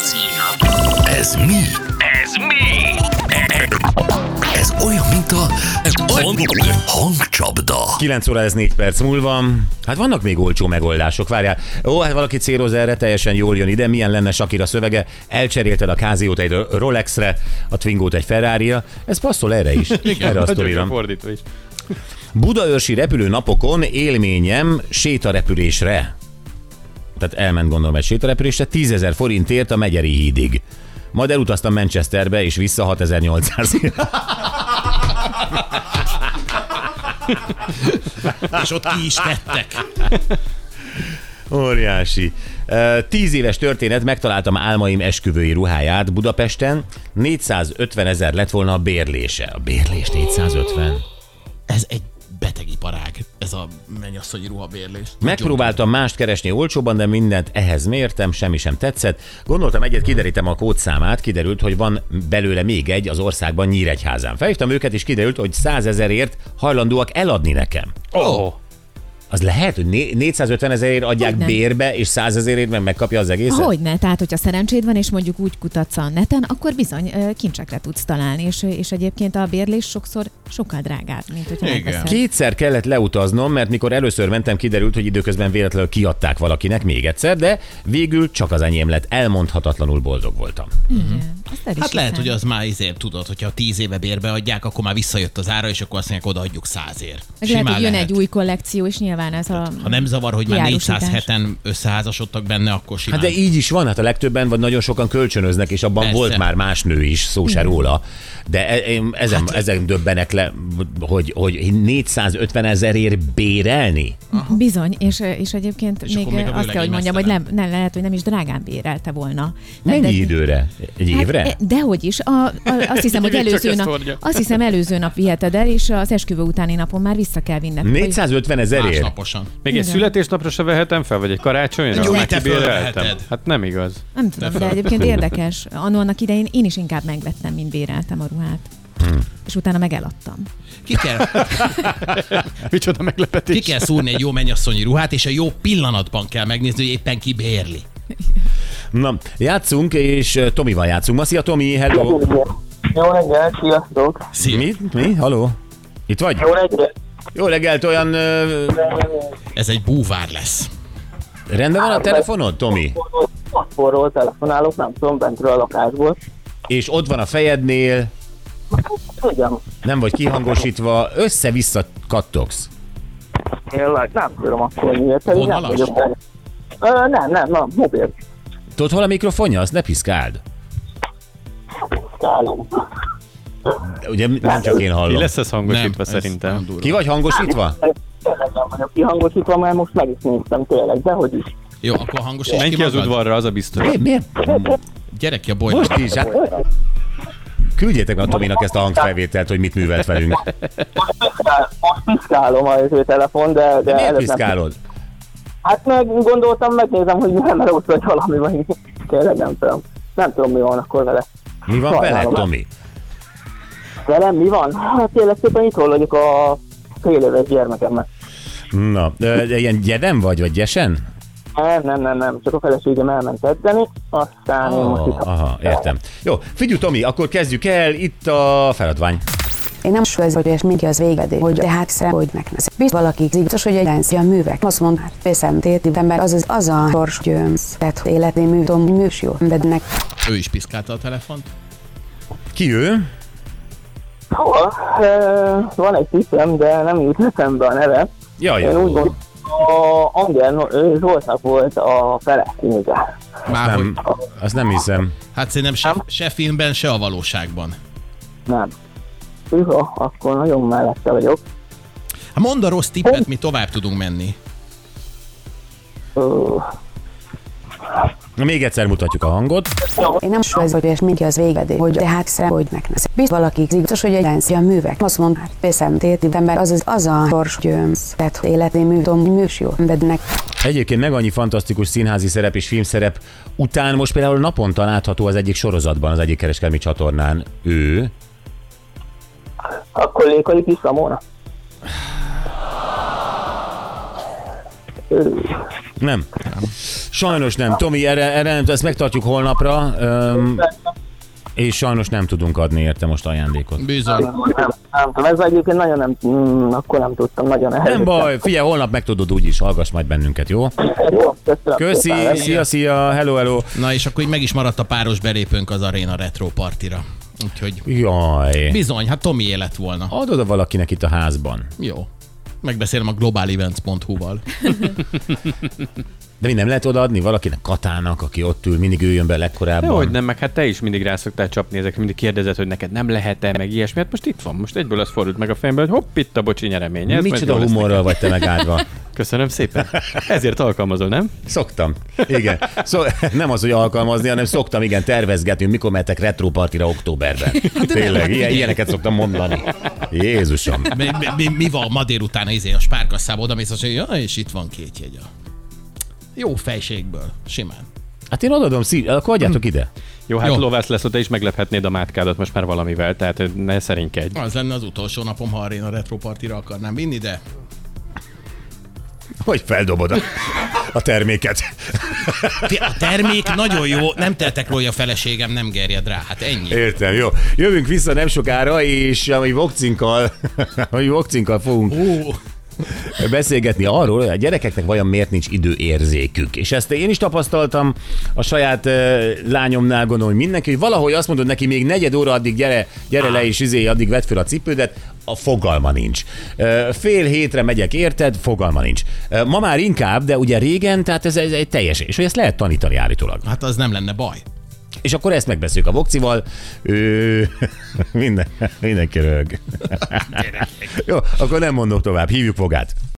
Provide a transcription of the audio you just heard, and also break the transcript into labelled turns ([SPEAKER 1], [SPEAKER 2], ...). [SPEAKER 1] Ez mi?
[SPEAKER 2] Ez mi?
[SPEAKER 1] Ez olyan, mint a hangcsapda.
[SPEAKER 3] 9 óra ez 4 perc múlva. Hát vannak még olcsó megoldások, várjál. Ó, hát valaki céloz erre, teljesen jól jön ide. Milyen lenne Sakira szövege? Elcserélted a Káziót egy Rolexre, a Twingót egy ferrari Ez passzol erre is. erre a sztorira.
[SPEAKER 4] fordítva is.
[SPEAKER 3] Budaörsi repülőnapokon élményem sétarepülésre. Tehát elment gondolom egy sétarepülésre, 10 ezer forintért a Megyeri hídig. Majd elutaztam Manchesterbe, és vissza 6800
[SPEAKER 5] és ott ki is tettek.
[SPEAKER 3] Óriási. Ö, Tíz éves történet, megtaláltam álmaim esküvői ruháját Budapesten. 450 ezer lett volna a bérlése. A bérlés 450.
[SPEAKER 5] Ez egy beteg iparág, ez a mennyasszonyi ruhabérlés.
[SPEAKER 3] Megpróbáltam mást keresni olcsóban, de mindent ehhez mértem, semmi sem tetszett. Gondoltam, egyet kiderítem a kódszámát, kiderült, hogy van belőle még egy az országban Nyíregyházán. Felhívtam őket, és kiderült, hogy 100 ezerért hajlandóak eladni nekem.
[SPEAKER 4] Oh.
[SPEAKER 3] Az lehet, hogy né- 450 ezerért adják
[SPEAKER 6] Hogyne.
[SPEAKER 3] bérbe, és 100 ezerért meg megkapja az egészet?
[SPEAKER 6] Hogyne, tehát hogyha szerencséd van, és mondjuk úgy kutatsz a neten, akkor bizony ö, kincsekre tudsz találni, és, és egyébként a bérlés sokszor sokkal drágább, mint hogyha
[SPEAKER 5] Igen.
[SPEAKER 6] megveszed.
[SPEAKER 3] Kétszer kellett leutaznom, mert mikor először mentem, kiderült, hogy időközben véletlenül kiadták valakinek még egyszer, de végül csak az enyém lett. Elmondhatatlanul boldog voltam.
[SPEAKER 6] Igen. Ezt el is
[SPEAKER 5] Hát lehet,
[SPEAKER 6] hiszem.
[SPEAKER 5] hogy az már izért tudod, hogyha tíz éve bérbe adják, akkor már visszajött az ára, és akkor azt mondják, odaadjuk százért.
[SPEAKER 6] Meg lehet, hogy jön egy új kollekció, és nyilván ez a...
[SPEAKER 5] Ha nem zavar, hogy már
[SPEAKER 6] Kiárusítás.
[SPEAKER 5] 407-en összeházasodtak benne, akkor simán.
[SPEAKER 3] Hát de így is van, hát a legtöbben, vagy nagyon sokan kölcsönöznek, és abban
[SPEAKER 5] Persze.
[SPEAKER 3] volt már más nő is, szó se róla. De e- én ezen, hát, ezen döbbenek le, hogy, hogy 450 ezerért bérelni?
[SPEAKER 6] Bizony, és, és egyébként
[SPEAKER 5] És
[SPEAKER 6] még,
[SPEAKER 5] akkor még a
[SPEAKER 6] azt kell,
[SPEAKER 5] vőlegény
[SPEAKER 6] hogy mondjam, hogy nem,
[SPEAKER 5] mesztelen.
[SPEAKER 6] nem, lehet, hogy nem is drágán bérelte volna.
[SPEAKER 3] Mennyi
[SPEAKER 6] de,
[SPEAKER 3] időre? Egy évre?
[SPEAKER 6] Hát, e, dehogy is. A, a, azt hiszem, hogy
[SPEAKER 4] Csak
[SPEAKER 6] előző
[SPEAKER 4] ezt
[SPEAKER 6] nap,
[SPEAKER 4] hordja.
[SPEAKER 6] azt hiszem, előző nap viheted el, és az esküvő utáni napon már vissza kell vinned.
[SPEAKER 3] 450 ezerért?
[SPEAKER 5] másnaposan.
[SPEAKER 4] Még egy
[SPEAKER 6] Igen.
[SPEAKER 4] születésnapra se vehetem fel, vagy egy karácsonyra?
[SPEAKER 5] Egy új
[SPEAKER 4] Már
[SPEAKER 5] te
[SPEAKER 4] kibéreltem.
[SPEAKER 5] fölveheted.
[SPEAKER 4] Hát nem igaz.
[SPEAKER 6] Nem tudom, de egyébként érdekes. Annó annak idején én is inkább megvettem, mint béreltem a ruhát. És utána meg eladtam.
[SPEAKER 5] Ki kell,
[SPEAKER 4] Micsoda meglepetés.
[SPEAKER 5] ki kell szúrni egy jó mennyasszonyi ruhát, és a jó pillanatban kell megnézni, hogy éppen ki bérli.
[SPEAKER 3] Na, játszunk, és ö, Tomival játszunk. Ma szia Tomi, hello!
[SPEAKER 7] Jó reggelt, sziasztok!
[SPEAKER 5] Szia.
[SPEAKER 3] Mi? Mi? Haló? Itt vagy?
[SPEAKER 7] Jó reggelt!
[SPEAKER 3] Jó reggelt, olyan ö,
[SPEAKER 5] Ez egy búvár lesz.
[SPEAKER 3] rendben van a telefonod, Tomi?
[SPEAKER 7] Otthonról telefonálok, nem tudom, bentről a lakásból.
[SPEAKER 3] És ott van a fejednél,
[SPEAKER 7] Tudjam,
[SPEAKER 3] nem vagy kihangosítva, össze-vissza kattogsz.
[SPEAKER 7] tényleg nem tudom akkor miért. pedig nem
[SPEAKER 5] Vonalas?
[SPEAKER 7] vagyok benne. Ö, nem, nem, nem, mobil.
[SPEAKER 3] Tudod, hol a mikrofonja? Azt ne piszkáld.
[SPEAKER 7] Kálom.
[SPEAKER 3] Ugye nem csak én
[SPEAKER 4] Ki
[SPEAKER 3] hallom.
[SPEAKER 4] lesz ez hangosítva
[SPEAKER 5] ez
[SPEAKER 4] szerintem?
[SPEAKER 5] nem durva.
[SPEAKER 3] Ki vagy hangosítva?
[SPEAKER 7] Tényleg nem vagyok kihangosítva, mert most meg is néztem tényleg, de hogy is.
[SPEAKER 5] Jó, akkor hangosíts
[SPEAKER 4] Menj
[SPEAKER 5] ki
[SPEAKER 4] ki az
[SPEAKER 5] magad.
[SPEAKER 4] udvarra, az a biztos.
[SPEAKER 3] Mi, miért?
[SPEAKER 5] Gyere ki a bolyba.
[SPEAKER 3] Most is? Hát... Küldjétek a Tominak ezt a hangfelvételt, hogy mit művelt velünk.
[SPEAKER 7] Piszkál- Most piszkálom a jövő telefon, de, de
[SPEAKER 3] Miért
[SPEAKER 7] előbb nem.
[SPEAKER 3] piszkálod?
[SPEAKER 7] Hát meg gondoltam, megnézem, hogy nem rossz vagy valami, vagy tényleg nem tudom. Nem tudom, mi van akkor vele.
[SPEAKER 3] Mi van
[SPEAKER 7] Sajnálom.
[SPEAKER 3] veled, Tomi?
[SPEAKER 7] Velem mi van? Hát tényleg szépen itt vagyok a fél éves gyermekemmel.
[SPEAKER 3] Na, ö, de ilyen gyeden vagy, vagy gyesen?
[SPEAKER 7] Nem, nem, nem, nem, csak a feleségem elment edzeni, aztán én most
[SPEAKER 3] Ó,
[SPEAKER 7] itt...
[SPEAKER 3] aha, értem. Jó, figyelj Tomi, akkor kezdjük el, itt a feladvány.
[SPEAKER 8] Én nem sőz vagy, és mindig az véged, hogy de hát szem, hogy megneszi. Biz valaki biztos, hogy egy lenszi a művek. Azt mond, hát veszem téti ember, az az, az a sors gyömsz. Tehát életné műtom műs jó, de nek.
[SPEAKER 5] Ő is piszkálta a telefont.
[SPEAKER 3] Ki ő?
[SPEAKER 7] Hol? Ö, van egy tippem, de nem jut eszembe a neve.
[SPEAKER 3] Jaj,
[SPEAKER 7] Én úgy
[SPEAKER 3] jaj.
[SPEAKER 7] gondolom, a Angel ő Zsoltnak volt a felesége.
[SPEAKER 5] Már hogy,
[SPEAKER 3] Nem, azt nem hiszem.
[SPEAKER 5] hát szerintem se, se filmben, se a valóságban.
[SPEAKER 7] Nem. Hűha, akkor nagyon mellette vagyok.
[SPEAKER 5] Hát mondd a rossz tippet, mi tovább tudunk menni.
[SPEAKER 7] Ö,
[SPEAKER 3] Na, Még egyszer mutatjuk a hangot.
[SPEAKER 8] Én nem sőz vagy, és mindig az véged, hogy de hát szem, hogy megneszi. Biz valaki biztos, hogy egy lenszi a művek. Azt mond, hát veszem téti ember, az az, az a sors gyömsz. Tehát életné műtom műs jó, de nek.
[SPEAKER 3] Egyébként meg annyi fantasztikus színházi szerep és filmszerep után most például naponta látható az egyik sorozatban, az egyik kereskedelmi csatornán ő.
[SPEAKER 7] akkor lékai kis Ramona.
[SPEAKER 3] Nem. Sajnos nem. Tomi, erre, erre nem, ezt megtartjuk holnapra, öm, és sajnos nem tudunk adni érte most ajándékot.
[SPEAKER 5] Bizony.
[SPEAKER 7] Nem, nem tudom, ez egyébként nagyon nem, mm, akkor nem tudtam, nagyon ehhez.
[SPEAKER 3] Nem baj, figyelj, holnap megtudod úgyis, hallgass majd bennünket, jó?
[SPEAKER 7] Jó, köszönöm.
[SPEAKER 3] Köszi,
[SPEAKER 7] szépen.
[SPEAKER 3] szia, szia, hello, hello.
[SPEAKER 5] Na és akkor így meg is maradt a páros belépőnk az Arena Retro Partira. Úgyhogy
[SPEAKER 3] Jaj.
[SPEAKER 5] bizony, hát Tomi élet volna.
[SPEAKER 3] Ad oda valakinek itt a házban.
[SPEAKER 5] Jó. Megbeszélem a globalevents.hu-val.
[SPEAKER 3] De mi nem lehet odaadni valakinek Katának, aki ott ül, mindig üljön be legkorábban.
[SPEAKER 4] De hogy nem, meg hát te is mindig rá szoktál csapni ezek, mindig kérdezed, hogy neked nem lehet-e, meg ilyesmi. Hát most itt van, most egyből az fordult meg a fejembe, hogy hopp, itt a bocsi nyeremény. Ez majd jó
[SPEAKER 3] Micsoda
[SPEAKER 4] lesz neked.
[SPEAKER 3] humorral vagy te megáldva.
[SPEAKER 4] Köszönöm szépen. Ezért alkalmazol, nem?
[SPEAKER 3] Szoktam. Igen. Szó, nem az, hogy alkalmazni, hanem szoktam, igen, tervezgetni, mikor mehetek retropartira októberben. Tényleg, ilyen, ilyeneket szoktam mondani. Jézusom.
[SPEAKER 5] Mi, mi, mi, mi van ma délután izé a spárkasszába? Oda mész, azt mondja, ja, és itt van két jegy. a- Jó fejségből, simán.
[SPEAKER 3] Hát én odadom, szív, akkor adjátok ide.
[SPEAKER 4] Jó, hát
[SPEAKER 5] Jó.
[SPEAKER 4] Jó. lovász lesz, te is meglephetnéd a mátkádat most már valamivel, tehát ne szerénykedj.
[SPEAKER 5] Az lenne az utolsó napom, ha Arena Retro Partira akarnám vinni, de
[SPEAKER 3] Hogy feldobod a, a terméket.
[SPEAKER 5] Fi, a termék nagyon jó, nem teltek róla, hogy a feleségem nem gerjed rá, hát ennyi.
[SPEAKER 3] Értem, jó. Jövünk vissza nem sokára, és ami vokcinkkal, ami vokcinkkal fogunk
[SPEAKER 5] Ó,
[SPEAKER 3] beszélgetni arról, hogy a gyerekeknek vajon miért nincs időérzékük. És ezt én is tapasztaltam a saját uh, lányomnál, gondolom, hogy mindenki, hogy valahogy azt mondod neki, még negyed óra addig gyere, gyere le és izé, addig vedd fel a cipődet, a fogalma nincs. Ö, Fél hétre megyek, érted? Fogalma nincs. Ö, Ma már inkább, de ugye régen, tehát ez, ez egy teljes, és hogy ezt lehet tanítani állítólag.
[SPEAKER 5] hát az nem lenne baj.
[SPEAKER 3] És akkor ezt megbeszéljük a Vokcival. Ő... Minden, mindenki rög. Jó, akkor nem mondok tovább. Hívjuk fogát.